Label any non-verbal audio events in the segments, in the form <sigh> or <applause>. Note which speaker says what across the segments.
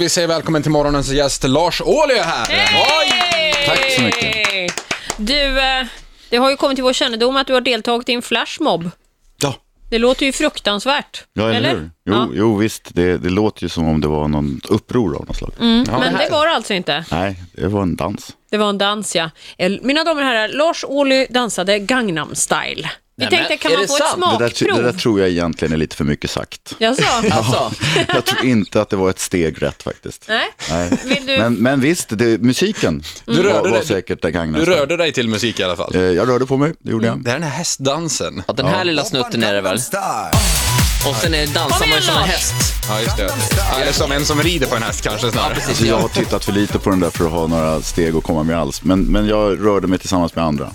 Speaker 1: Vi säger välkommen till morgonens gäst Lars Ohly är här.
Speaker 2: Tack så mycket.
Speaker 3: Du, eh, det har ju kommit till vår kännedom att du har deltagit i en flashmob.
Speaker 2: Ja,
Speaker 3: Det låter ju fruktansvärt.
Speaker 2: ja eller, hur? Jo,
Speaker 3: ja.
Speaker 2: jo visst, det, det låter ju som om det var något uppror av något slag.
Speaker 3: Men det var det alltså inte.
Speaker 2: Nej, det var en dans.
Speaker 3: Det var en dans, ja. El- Mina damer och herrar, Lars Ohly dansade Gangnam style. Vi tänkte, kan
Speaker 4: är
Speaker 3: man
Speaker 4: det
Speaker 3: få ett
Speaker 2: Det där,
Speaker 4: sant?
Speaker 2: det där
Speaker 3: smakprov?
Speaker 2: tror jag egentligen är lite för mycket sagt.
Speaker 3: Jag
Speaker 2: <laughs>
Speaker 3: sa,
Speaker 4: Alltså,
Speaker 2: Jag tror inte att det var ett steg rätt faktiskt.
Speaker 3: nej. Vill du?
Speaker 2: Men, men visst, det, musiken
Speaker 1: Du rörde
Speaker 2: var, var
Speaker 1: dig-
Speaker 2: säkert det
Speaker 1: Du
Speaker 2: gagnade.
Speaker 1: rörde Mm. dig till musik i alla fall.
Speaker 2: Eh, Jag rörde på mig, det gjorde jag.
Speaker 1: Det här är den här hästdansen.
Speaker 4: att den här lilla snutten är det väl? Och sen är det
Speaker 3: Kom
Speaker 4: dansar man
Speaker 3: igen,
Speaker 4: ju som en
Speaker 3: Lars.
Speaker 4: häst.
Speaker 1: Ja, just det. Eller som en som rider på en häst kanske snarare.
Speaker 2: Alltså, jag har tittat för lite på den där för att ha några steg att komma med alls. Men, men jag rörde mig tillsammans med andra.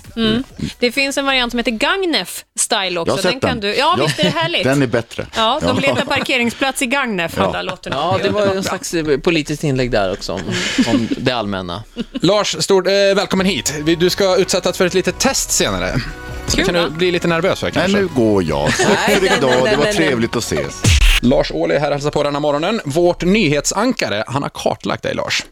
Speaker 3: Det finns en variant som heter Gagnef style också.
Speaker 2: Jag har
Speaker 3: Kan
Speaker 2: sett den.
Speaker 3: du... Ja, visst är det härligt?
Speaker 2: Den är bättre.
Speaker 3: Ja, de letar parkeringsplats i Gagnef,
Speaker 2: Ja.
Speaker 3: alla lotterna.
Speaker 4: Ja, det var ju en slags eh, politiskt inlägg där också, om, om det allmänna.
Speaker 1: Lars, stort, eh, välkommen hit. Vi- Du ska utsättas för ett litet test senare. Så
Speaker 3: Kul,
Speaker 1: kan du
Speaker 3: va?
Speaker 1: bli lite nervös för
Speaker 2: Nej,
Speaker 1: kanske.
Speaker 2: nu går jag. Tack för idag, det
Speaker 4: nej,
Speaker 2: var
Speaker 4: nej.
Speaker 2: trevligt att ses.
Speaker 1: Lars Ohly är här och hälsar på denna morgonen. Vårt nyhetsankare, han har kartlagt dig Lars.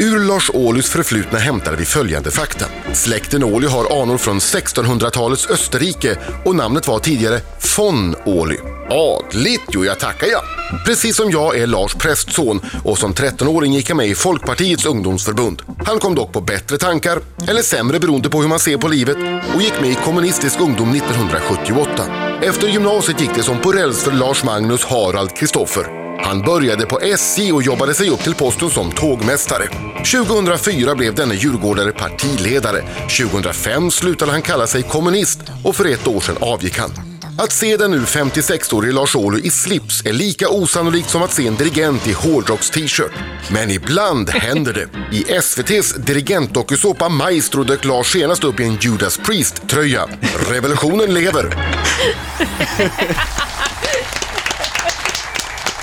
Speaker 5: Ur Lars Ohlys förflutna hämtar vi följande fakta. Släkten Ohly har anor från 1600-talets Österrike och namnet var tidigare von Ohly. Adligt, jo jag tackar jag. Precis som jag är Lars prästson och som 13-åring gick jag med i Folkpartiets ungdomsförbund. Han kom dock på bättre tankar, eller sämre beroende på hur man ser på livet, och gick med i Kommunistisk ungdom 1978. Efter gymnasiet gick det som på räls för Lars Magnus Harald Kristoffer. Han började på SJ och jobbade sig upp till posten som tågmästare. 2004 blev denne djurgårdare partiledare. 2005 slutade han kalla sig kommunist och för ett år sedan avgick han. Att se den nu 56-årige Lars Ohly i slips är lika osannolikt som att se en dirigent i hårdrocks-t-shirt. Men ibland händer det. I SVTs dirigentdokusåpa Maestro dök Lars senast upp i en Judas Priest-tröja. Revolutionen lever!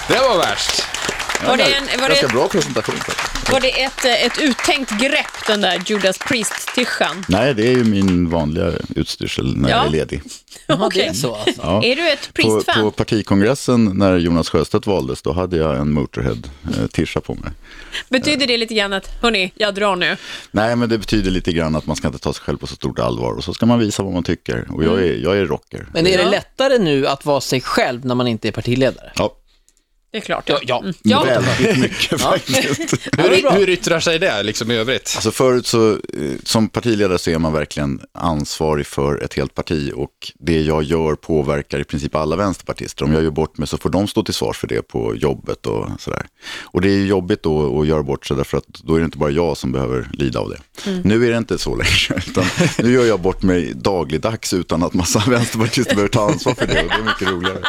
Speaker 1: Det var värst.
Speaker 3: Var det en- var det
Speaker 2: Ganska
Speaker 3: ett-
Speaker 2: bra presentation. faktiskt.
Speaker 3: Var det ett, eh, ett uttänkt grepp, den där Judas Priest-tischan?
Speaker 2: Nej, det är ju min vanliga utstyrsel när
Speaker 3: Ja.
Speaker 2: jag är ledig.
Speaker 4: <laughs> Ja, det är så alltså.
Speaker 2: Ja.
Speaker 3: Är du ett
Speaker 2: På,
Speaker 3: Priest-fan?
Speaker 2: på partikongressen när Jonas Sjöstedt valdes, då hade jag en Motorhead-tisha på mig.
Speaker 3: Betyder det lite grann att, hörni, jag drar nu?
Speaker 2: Nej, men det betyder lite grann att man ska inte ta sig själv på så stort allvar och så ska man visa vad man tycker. Och
Speaker 3: Mm.
Speaker 2: jag är, jag är rocker.
Speaker 4: Men är det
Speaker 3: Ja.
Speaker 4: lättare nu att vara sig själv när man inte är partiledare?
Speaker 2: Ja,
Speaker 3: Det är klart. Mm.
Speaker 4: Ja, ja.
Speaker 3: Ja.
Speaker 2: Mm. väldigt mycket faktiskt.
Speaker 4: det är
Speaker 1: Hur,
Speaker 4: bra.
Speaker 1: hur yttrar sig det liksom i övrigt?
Speaker 2: Alltså förut så, eh, som partiledare så är man verkligen ansvarig för ett helt parti och det jag gör påverkar i princip alla vänsterpartister. Om jag gör bort mig så får de stå till svars för det på jobbet och sådär. Och det är ju jobbigt då att göra bort sig därför att då är det inte bara jag som behöver lida av det. Nu är det inte så längre, <laughs> utan nu gör jag bort mig dagligdags utan att massa <laughs> vänsterpartister behöver ta ansvar för det och det är mycket roligare.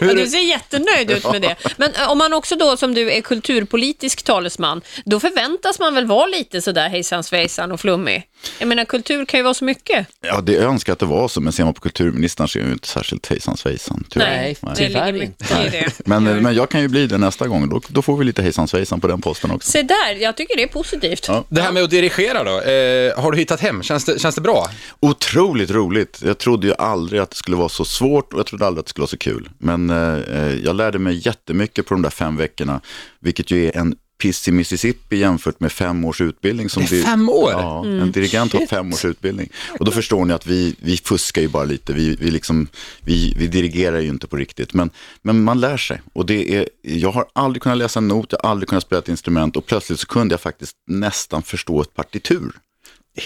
Speaker 3: Ja, du ser jättenöjd ut med det. Men eh, om man också då, som du, är kulturpolitisk talesman, då förväntas man väl vara lite sådär hejsan svejsan och flummig? Jag menar, kultur kan ju vara så mycket.
Speaker 2: Ja, det jag önskar att det var så, men ser man på kulturministern så är hon ju inte särskilt hejsan svejsan. tyvärr.
Speaker 3: Nej,
Speaker 4: Nej.
Speaker 3: det ligger
Speaker 4: Tyvärr
Speaker 3: mycket i det.
Speaker 2: Men, men jag kan ju bli det nästa gång, då, då får vi lite hejsan svejsan på den posten
Speaker 3: <laughs>
Speaker 2: också.
Speaker 3: Se där, jag tycker det är positivt.
Speaker 2: Ja.
Speaker 1: Det här med att dirigera då, eh, har du hittat hem? Känns det, känns det bra?
Speaker 2: Otroligt roligt. Jag trodde ju aldrig att det skulle vara så svårt och jag trodde aldrig att det skulle vara så kul. Men eh, jag lärde mig jättemycket på de där fem veckorna, vilket ju är en piss i Mississippi jämfört med fem års utbildning. Som
Speaker 1: Det är
Speaker 2: dir-
Speaker 1: fem år? Mm.
Speaker 2: Ja, en dirigent har fem års utbildning. Och då förstår ni att vi, vi fuskar ju bara lite, vi, vi, liksom, vi, vi dirigerar ju inte på riktigt. Men, men man lär sig. Och det är, jag har aldrig kunnat läsa en not, jag har aldrig kunnat spela ett instrument och plötsligt så kunde jag faktiskt nästan förstå ett partitur.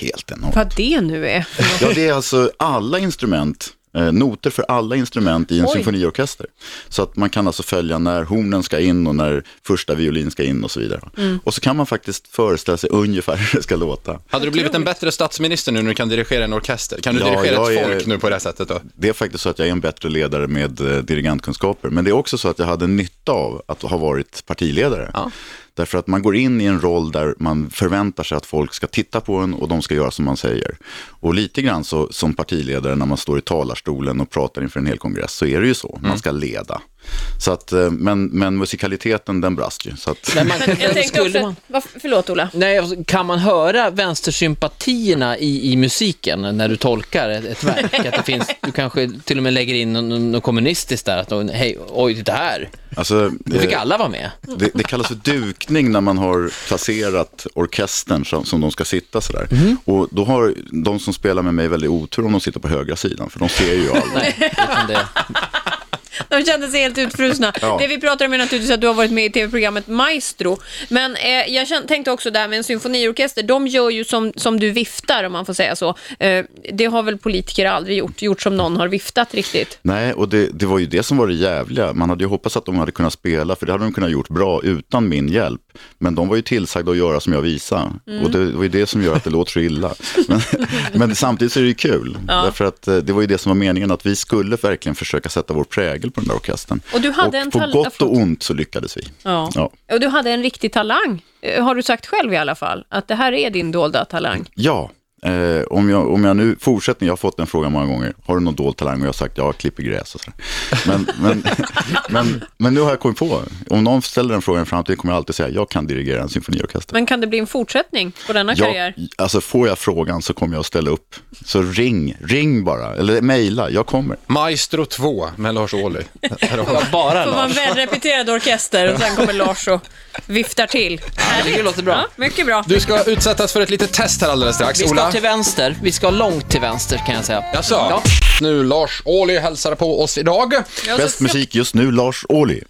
Speaker 2: Helt enormt.
Speaker 3: Vad det nu är.
Speaker 2: Ja, det är alltså alla instrument, eh, noter för alla instrument i en
Speaker 3: Oj.
Speaker 2: symfoniorkester. Så att man kan alltså följa när hornen ska in och när första violin ska in och så vidare. Och så kan man faktiskt föreställa sig ungefär <laughs> hur det ska låta.
Speaker 1: Hade du blivit en bättre statsminister nu när du kan dirigera en orkester? Kan du
Speaker 2: Ja,
Speaker 1: dirigera
Speaker 2: jag
Speaker 1: ett
Speaker 2: är-
Speaker 1: folk nu på det här sättet då?
Speaker 2: Det är faktiskt så att jag är en bättre ledare med eh, dirigentkunskaper. Men det är också så att jag hade nytta av att ha varit partiledare. Därför att man går in i en roll där man förväntar sig att folk ska titta på en och de ska göra som man säger. Och lite grann
Speaker 4: Mm.
Speaker 2: så, som partiledare när man står i talarstolen och pratar inför en hel kongress så är det ju så. Man ska leda. Så att, eh, men, men musikaliteten den brast ju. Så att,
Speaker 4: Men man,
Speaker 3: Men <laughs> jag tänkte
Speaker 4: skulle
Speaker 3: också,
Speaker 4: man,
Speaker 3: vad, förlåt Ola.
Speaker 4: nej, alltså, kan man höra vänstersympatierna i, i musiken när du tolkar ett, ett verk? Att det finns, du kanske till och med lägger in något, något kommunistiskt där, att någon, hej, oj, titta här,
Speaker 2: alltså,
Speaker 4: då fick
Speaker 2: eh,
Speaker 4: alla vara med.
Speaker 2: Det, det kallas för dukning när man har placerat orkestern som, som de ska sitta sådär.
Speaker 3: Mhm.
Speaker 2: Och då har de som spelar med mig väldigt otur om de sitter på högra sidan, för de ser
Speaker 3: <laughs>
Speaker 2: ju aldrig.
Speaker 4: Nej, utan det,
Speaker 3: De kände sig helt utfrusna.
Speaker 2: Ja.
Speaker 3: Det vi pratar om är naturligtvis att du har varit med i tv-programmet Maestro. Men eh, jag kän- tänkte också där med en symfoniorkester, de gör ju som, som du viftar om man får säga så. Eh, det har väl politiker aldrig gjort, gjort som någon har viftat riktigt.
Speaker 2: Nej, och det, det var ju det som var det jävliga. Man hade ju hoppats att de hade kunnat spela, för det hade de kunnat gjort bra utan min hjälp. Men de var ju tillsagda att göra som jag visade.
Speaker 3: Mm.
Speaker 2: Och det var ju det som gör att det låter
Speaker 3: <laughs>
Speaker 2: så illa. Men, men samtidigt så är det ju kul. Därför att eh, det var ju det som var meningen, att vi skulle verkligen försöka sätta vår prägel på den där orkestern.
Speaker 3: Och du hade en
Speaker 2: på
Speaker 3: tal- ja,
Speaker 2: gott
Speaker 3: förlåt.
Speaker 2: och ont så lyckades vi.
Speaker 3: Ja.
Speaker 2: Ja.
Speaker 3: Och du hade en riktig talang, eh, har du sagt själv i alla fall, att det här är din dolda talang.
Speaker 2: Ja, eh, om, jag, om jag nu fortsätter, jag har fått den frågan många gånger, har du någon dold talang? Och jag har sagt, ja, jag klipper gräs och sådär. Men, men, <laughs> men, men nu har jag kommit på, om någon ställer den frågan i framtiden kommer jag alltid säga, jag kan dirigera en symfoniorkester.
Speaker 3: Men kan det bli en fortsättning på denna karriär?
Speaker 2: Jag, alltså får jag frågan så kommer jag att ställa upp. Så ring, ring bara, eller mejla, jag kommer.
Speaker 1: Maestro 2 med Lars
Speaker 4: <laughs>
Speaker 1: Ohly.
Speaker 4: bara
Speaker 3: Får vara en
Speaker 4: Lars.
Speaker 3: välrepeterad orkester och sen kommer Lars och viftar till. Härligt.
Speaker 4: det låter bra.
Speaker 3: Ja, mycket bra.
Speaker 1: Du ska utsättas för ett litet test här alldeles strax,
Speaker 4: Vi
Speaker 1: Ola.
Speaker 4: ska till vänster, vi ska långt till vänster kan jag säga.
Speaker 1: Jaså?
Speaker 4: Ja.
Speaker 1: Nu Lars Ohly hälsar på oss idag.
Speaker 3: Jag har
Speaker 2: Bäst
Speaker 3: så
Speaker 2: musik just nu, Lars Ohly.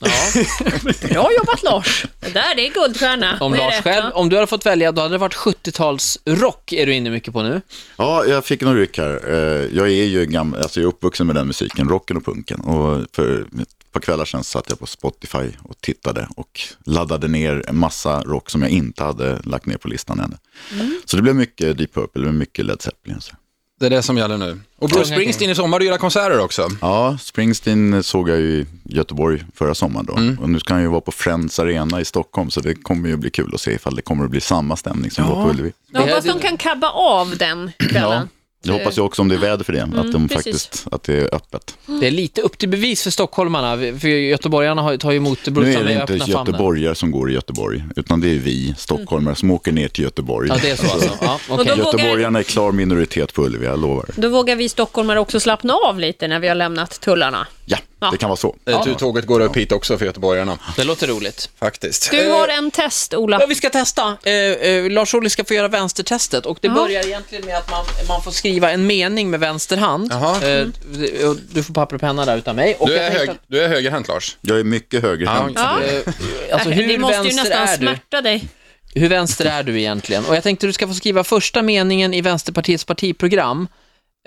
Speaker 3: Bra jobbat Lars! Det där det är guldstjärna.
Speaker 4: Om
Speaker 3: Det är
Speaker 4: Lars
Speaker 3: rätt,
Speaker 4: själv,
Speaker 3: va?
Speaker 4: om du hade fått välja, då hade det varit 70-talsrock är du inne mycket på nu.
Speaker 2: Ja, jag fick någon ryck här. Eh, Jag är ju gam- alltså jag är uppvuxen med den musiken, rocken och punken. Och för ett par kvällar sedan satt jag på Spotify och tittade och laddade ner en massa rock som jag inte hade lagt ner på listan ännu. Så det blev mycket Deep Purple, det blev mycket Led Zeppelin. Så.
Speaker 1: Det är det som gäller nu. Och Bruce
Speaker 4: Tunga
Speaker 1: Springsteen i sommar, du gillar konserter också. Eh,
Speaker 2: Ja, Springsteen såg jag ju i Göteborg förra sommaren då. Och nu ska han ju vara på Friends Arena i Stockholm, så det kommer ju bli kul att se ifall det kommer att bli samma stämning som var på Ullevi.
Speaker 3: Jag hoppas de kan kabba av den kvällen.
Speaker 2: Det hoppas jag också om det är väder för det, att, de
Speaker 3: precis.
Speaker 2: faktiskt, att det är öppet.
Speaker 4: Det är lite upp till bevis för stockholmarna, för göteborgarna har- tar ju emot
Speaker 2: Nu
Speaker 4: Brorsan
Speaker 2: är det
Speaker 4: med
Speaker 2: inte
Speaker 4: öppna famnen.
Speaker 2: göteborgare som går i Göteborg, utan det är vi stockholmare som åker ner till Göteborg.
Speaker 4: Ja, det är så alltså. <laughs> Ja, okej.
Speaker 3: Och då-
Speaker 2: Göteborgarna är klar minoritet på Ullevi, jag lovar.
Speaker 3: Då vågar vi stockholmare också slappna av lite när vi har lämnat tullarna.
Speaker 2: Ja, det kan vara så.
Speaker 1: Ja. Tåget går upp hit också för göteborgarna.
Speaker 4: Det låter roligt.
Speaker 1: Faktiskt.
Speaker 3: Du har en test, Ola.
Speaker 4: Eh, Ja, vi ska testa. Eh, eh, Lars Ohly ska få göra vänstertestet och det börjar egentligen med att man, man får skriva en mening med vänster hand.
Speaker 1: Jaha.
Speaker 4: Eh, d- och du får papper och penna där utan mig. Och
Speaker 1: Du
Speaker 4: jag
Speaker 1: är,
Speaker 4: tänkte
Speaker 1: hög, du är högerhänt, Lars.
Speaker 2: Jag är mycket högerhänt.
Speaker 1: Ja.
Speaker 3: Ja.
Speaker 4: att- Alltså, hur
Speaker 3: Ni måste ju
Speaker 4: vänster
Speaker 3: nästan
Speaker 4: är du?
Speaker 3: smärta dig.
Speaker 4: Hur vänster är du egentligen? Och jag tänkte du ska få skriva första meningen i Vänsterpartiets partiprogram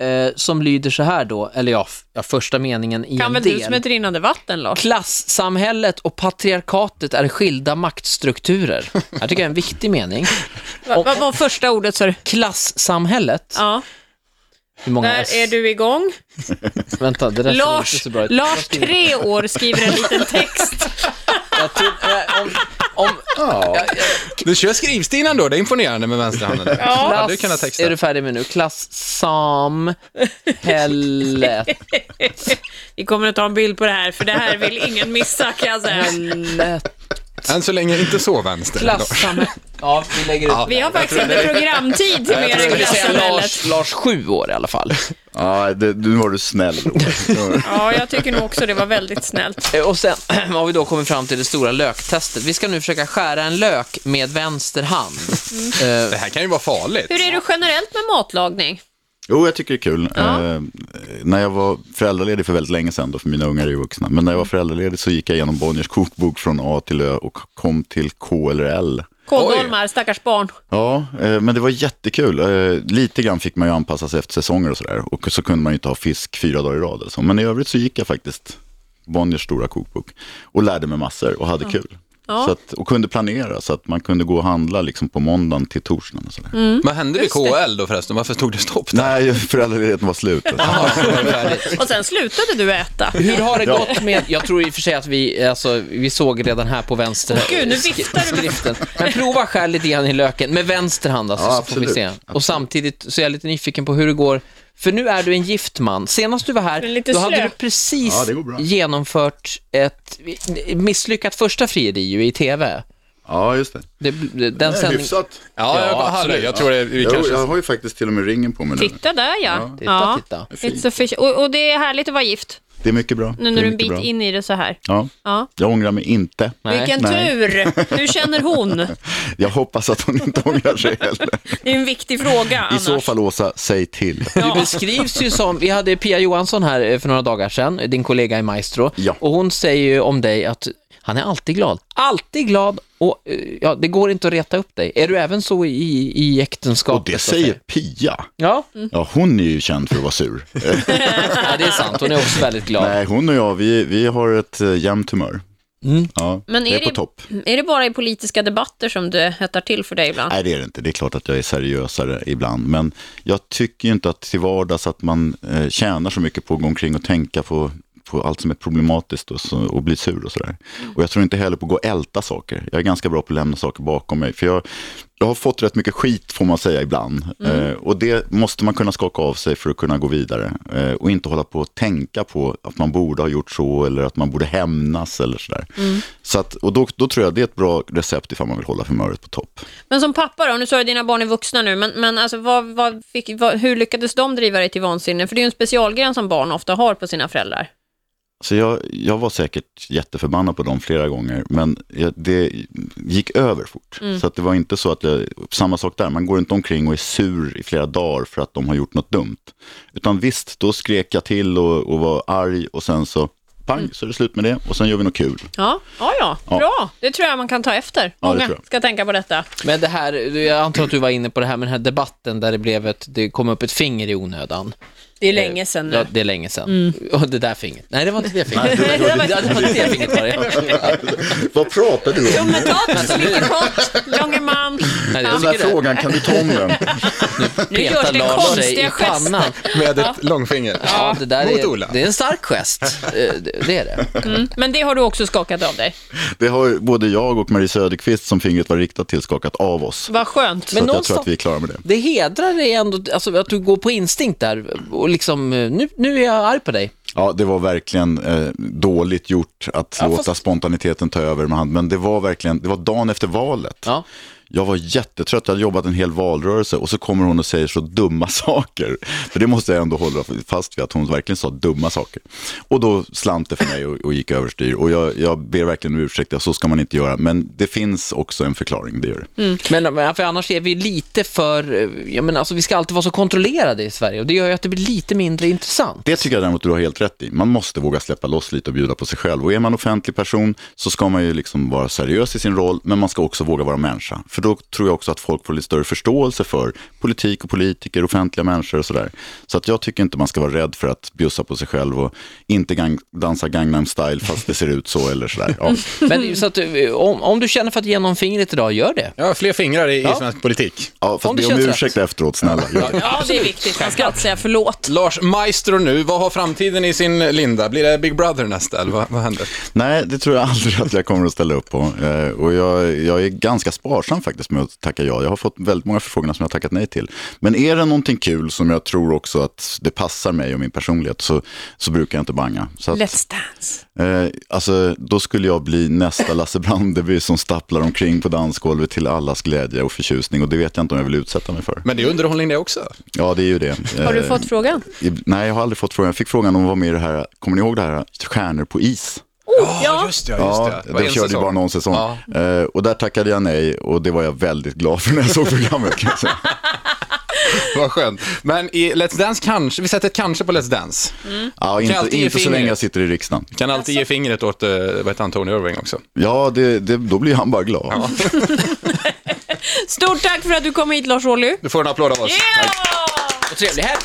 Speaker 4: eh, som lyder så här då, eller ja, f- ja första meningen i
Speaker 3: Kan
Speaker 4: en
Speaker 3: väl
Speaker 4: del.
Speaker 3: du som ett rinnande vatten, Lars?
Speaker 4: Klassamhället och patriarkatet är skilda maktstrukturer. Jag tycker det är en viktig mening.
Speaker 3: Vad vad var första ordet, sa du?
Speaker 4: Klassamhället.
Speaker 3: Ja,
Speaker 4: Hur många S?
Speaker 3: där är du igång.
Speaker 4: Vänta, det där ser inte
Speaker 3: Lars,
Speaker 4: så bra ut.
Speaker 3: Lars, tre år, skriver en liten text.
Speaker 4: Jag tror, eh, om, om
Speaker 1: Du kör skrivstil ändå, det är imponerande med vänsterhanden. Ja.
Speaker 4: klass,
Speaker 1: du kan ha texten.
Speaker 4: är du färdig med nu?
Speaker 3: <laughs>
Speaker 4: Klassamhället.
Speaker 3: Vi kommer att ta en bild på det här, för det här vill ingen missa, kan jag säga.
Speaker 1: Än så länge inte så vänster.
Speaker 4: Klassamhället. Ja, vi lägger ut.
Speaker 3: Vi har faktiskt inte programtid till mer
Speaker 4: Jag
Speaker 3: än
Speaker 4: skulle säga
Speaker 3: klassamhället.
Speaker 4: Lars, Lars sju år i alla fall.
Speaker 2: Ja, det, nu var du snäll. Robert.
Speaker 3: Ja, jag tycker nog också det var väldigt snällt.
Speaker 4: <laughs> Eh, Och sen <clears throat> har vi då kommit fram till det stora löktestet. Vi ska nu försöka skära en lök med vänster hand. Eh,
Speaker 1: Det här kan ju vara farligt.
Speaker 3: Hur är du generellt med matlagning?
Speaker 2: Jo, jag tycker det är kul. Eh, när jag var föräldraledig för väldigt länge sedan, då, för mina ungar är ju vuxna, men när jag var föräldraledig så gick jag igenom Bonniers kokbok från A till Ö och kom till K eller L.
Speaker 3: Kåldolmar, stackars barn.
Speaker 2: Ja, eh, men det var jättekul. Eh, Lite grann fick man ju anpassa sig efter säsonger och sådär. Och så kunde man ju inte ha fisk fyra dagar i rad eller så. Men i övrigt så gick jag faktiskt Bonniers stora kokbok och lärde mig massor och hade kul. Så att, och kunde planera så att man kunde gå och handla liksom på måndagen till torsdagen. Och sådär.
Speaker 3: Mm.
Speaker 1: Vad hände vid KL då förresten? Varför tog det stopp? <laughs> Där?
Speaker 2: Nej, <laughs> föräldraledigheten
Speaker 3: <laughs>
Speaker 2: var slut.
Speaker 3: Och sen slutade du äta.
Speaker 4: Hur har det gått med, jag tror i och för sig att vi, alltså, vi såg redan här på vänster
Speaker 3: Gud, nu viftar du med-
Speaker 4: skriften. Men prova skär lite grann i löken med vänster hand alltså,
Speaker 2: Ja,
Speaker 4: så får vi
Speaker 2: absolut.
Speaker 4: se. Och samtidigt så är jag lite nyfiken på hur det går För nu är du en gift man. Senast du var här,
Speaker 3: Men lite
Speaker 4: då hade
Speaker 3: slö.
Speaker 4: du precis
Speaker 2: Ja, det går bra.
Speaker 4: genomfört ett misslyckat första frieri ju i TV.
Speaker 2: Ja, just det.
Speaker 4: Det, det- den
Speaker 2: Nej,
Speaker 4: sändning-
Speaker 2: Hyfsat.
Speaker 1: Ja,
Speaker 4: Ja,
Speaker 1: jag, hallå, jag tror det, vi
Speaker 2: Jo,
Speaker 1: kanske...
Speaker 2: jag har ju faktiskt till och med ringen på mig nu.
Speaker 3: Titta där ja.
Speaker 4: Titta,
Speaker 3: ja.
Speaker 4: titta.
Speaker 3: It's a fish. Och, och det är härligt att vara gift,
Speaker 2: Det är mycket bra.
Speaker 3: nu när
Speaker 2: det är
Speaker 3: du är en
Speaker 2: mycket
Speaker 3: bit
Speaker 2: bra.
Speaker 3: in i det så här.
Speaker 2: Ja.
Speaker 3: Ja.
Speaker 2: Jag ångrar mig inte.
Speaker 4: Nej.
Speaker 3: Vilken
Speaker 2: Nej.
Speaker 3: tur! Hur känner hon?
Speaker 2: Jag hoppas att hon inte
Speaker 3: <laughs>
Speaker 2: ångrar sig heller.
Speaker 3: Det är en viktig fråga
Speaker 2: I
Speaker 3: annars.
Speaker 2: så fall, Åsa, säg till.
Speaker 4: Du beskrivs ju som, vi hade Pia Johansson här eh, för några dagar sedan, din kollega i Maestro,
Speaker 2: Ja.
Speaker 4: och hon säger ju om dig att han är alltid glad. Alltid glad och eh, ja, det går inte att reta upp dig. Är du även så i, i äktenskapet?
Speaker 2: Och det
Speaker 4: så att
Speaker 2: säger
Speaker 4: säga?
Speaker 2: Pia.
Speaker 4: Ja.
Speaker 3: Mm.
Speaker 2: Ja, hon är ju känd för att vara sur.
Speaker 4: ja, det är sant. Hon är också väldigt glad.
Speaker 2: Nej, hon och jag, vi, vi har ett eh, jämnt humör. Ja,
Speaker 3: Mm. Men
Speaker 2: det
Speaker 3: är
Speaker 2: är på
Speaker 3: det-
Speaker 2: topp.
Speaker 3: Är det bara i politiska debatter som det hettar till för dig ibland?
Speaker 2: Nej, det är det inte. Det är klart att jag är seriösare ibland, men jag tycker ju inte att till vardags att man eh, tjänar så mycket på att gå omkring och tänka på, på allt som är problematiskt och, så, och bli sur och sådär. Och jag tror inte heller på att gå och älta saker. Jag är ganska bra på att lämna saker bakom mig, för jag, jag har fått rätt mycket skit får man säga ibland. Eh, och det måste man kunna skaka av sig för att kunna gå vidare. Eh, och inte hålla på och tänka på att man borde ha gjort så eller att man borde hämnas eller sådär. Så att, och då, då tror jag det är ett bra recept ifall man vill hålla humöret på topp.
Speaker 3: Men som pappa då, nu sa du att dina barn är vuxna nu, men, men alltså, vad, vad fick, vad, hur lyckades de driva dig till vansinne? För det är ju en specialgren som barn ofta har på sina föräldrar.
Speaker 2: Så jag, jag var säkert jätteförbannad på dem flera gånger, men jag, det gick över fort.
Speaker 4: Mm.
Speaker 2: Så att det var inte så att jag, samma sak där, man går inte omkring och är sur i flera dagar för att de har gjort något dumt. Utan visst, då skrek jag till och, och var arg och sen så pang
Speaker 4: Mm.
Speaker 2: så är det slut med det och sen gör vi något kul.
Speaker 3: Ja, ja, ja.
Speaker 2: Ja.
Speaker 3: bra. Det tror jag man kan ta efter.
Speaker 2: Ja, det
Speaker 3: Många
Speaker 2: tror jag.
Speaker 3: ska tänka på detta.
Speaker 4: Men det här, jag antar att du var inne på det här med den här debatten där det blev ett, det kom upp ett finger i onödan.
Speaker 3: Det är länge sedan
Speaker 4: Ja,
Speaker 3: nu. Mm.
Speaker 4: det är länge sedan. Och det där fingret. Nej, det var inte det fingret.
Speaker 3: Nej, det var-
Speaker 4: Ja, <laughs> det var inte det fingret var det.
Speaker 2: Vad pratar du
Speaker 3: Jo, men tott, lite tott, långe man.
Speaker 4: Nej,
Speaker 3: Ja.
Speaker 4: jag
Speaker 2: Den där
Speaker 4: tycker det.
Speaker 2: frågan, kan du ta om den?
Speaker 3: Nu görs
Speaker 4: Petar
Speaker 3: det
Speaker 4: Lars sig
Speaker 3: konstiga
Speaker 4: i pannan.
Speaker 1: Med ett långfinger.
Speaker 4: Ja, det där
Speaker 1: Mot Ola.
Speaker 4: är, det är en stark gest. Eh, Det det är det.
Speaker 3: Mm. Men det har du också skakat av dig.
Speaker 2: Det har både jag och Marie Söderqvist som fingret var riktat till skakat av oss.
Speaker 3: Vad skönt.
Speaker 2: Så
Speaker 4: Men
Speaker 2: att jag tror
Speaker 4: någonstans-
Speaker 2: att vi är klara med det.
Speaker 4: Det hedrar dig ändå, alltså att du går på instinkt där och liksom, eh, nu, nu är jag arg på dig.
Speaker 2: Ja, det var verkligen eh, dåligt gjort att
Speaker 4: Ja,
Speaker 2: låta
Speaker 4: fast-
Speaker 2: spontaniteten ta över med hand. Men det var verkligen, det var dagen efter valet.
Speaker 4: Ja.
Speaker 2: Jag var jättetrött, jag hade jobbat en hel valrörelse och så kommer hon och säger så dumma <laughs> saker. För det måste jag ändå hålla fast vid, att hon verkligen sa dumma saker. Och då slant det för mig och, och gick överstyr. Och jag, jag ber verkligen om ursäkt, ja, så ska man inte göra. Men det finns också en förklaring, det gör det.
Speaker 4: Men men för annars är vi lite för, eh, jag menar, alltså, vi ska alltid vara så kontrollerade i Sverige och det gör ju att det blir lite mindre intressant.
Speaker 2: Det tycker jag däremot du har helt rätt i. Man måste våga släppa loss lite och bjuda på sig själv. Och är man offentlig person så ska man ju liksom vara seriös i sin roll, men man ska också våga vara människa. För då tror jag också att folk får lite större förståelse för politik och politiker, offentliga människor och sådär. Så att jag tycker inte man ska vara rädd för att bjussa på sig själv och inte gang- dansa Gangnam style fast det ser ut så eller sådär.
Speaker 4: <laughs>
Speaker 2: Ja.
Speaker 4: Men det är ju så att, eh, om, om du känner för att ge någon fingret idag, gör det.
Speaker 1: Ja, fler fingrar i, i svensk politik.
Speaker 2: Ja,
Speaker 4: Om
Speaker 2: fast
Speaker 4: det
Speaker 2: be om
Speaker 4: känns
Speaker 2: ursäkt efteråt, snälla. Gör det.
Speaker 3: Ja, det är viktigt. Man ska alltid säga förlåt.
Speaker 1: Lars Maestro nu, vad har framtiden i sin linda? Blir det Big Brother nästa, eller vad, vad händer?
Speaker 2: Nej, det tror jag <laughs> aldrig att jag kommer att ställa upp på. Eh, och jag, jag är ganska sparsam faktiskt med att tacka ja. Jag har fått väldigt många förfrågningar som jag har tackat nej till. Men är det någonting kul som jag tror också att det passar mig och min personlighet så, så brukar jag inte banga. Så att,
Speaker 3: Let's dance.
Speaker 2: eh, alltså, då skulle jag bli nästa Lasse Brandeby som stapplar omkring på dansgolvet till allas glädje och förtjusning. Och det vet jag inte om jag vill utsätta mig för.
Speaker 1: Men det är underhållning det också.
Speaker 2: Ja, det är ju det.
Speaker 3: Har du
Speaker 2: Eh,
Speaker 3: fått frågan?
Speaker 2: i- Nej, jag har aldrig fått frågan. Jag fick frågan om att vara med i det här, kommer ni ihåg det här, Stjärnor på is?
Speaker 1: Ja, just det.
Speaker 2: Ja,
Speaker 1: Just det.
Speaker 2: de körde ju bara någon säsong. Eh, och där tackade jag nej och det var jag väldigt glad för när jag såg programmet. Kan jag säga.
Speaker 1: Vad skönt. Men i Let's Dance kanske, vi sätter ett kanske på Let's Dance.
Speaker 2: Ja,
Speaker 1: Kan alltid
Speaker 2: inte
Speaker 1: ge
Speaker 2: inte så
Speaker 1: fingret.
Speaker 2: länge jag sitter i riksdagen.
Speaker 1: Kan alltid ge fingret åt, eh, vad heter han, Tony Irving också.
Speaker 2: Ja, det, det, då blir han bara glad.
Speaker 3: Stort tack för att du kom hit, Lars Ohly.
Speaker 1: Du får en applåd av oss.
Speaker 3: Ja!
Speaker 4: Och trevlig helg!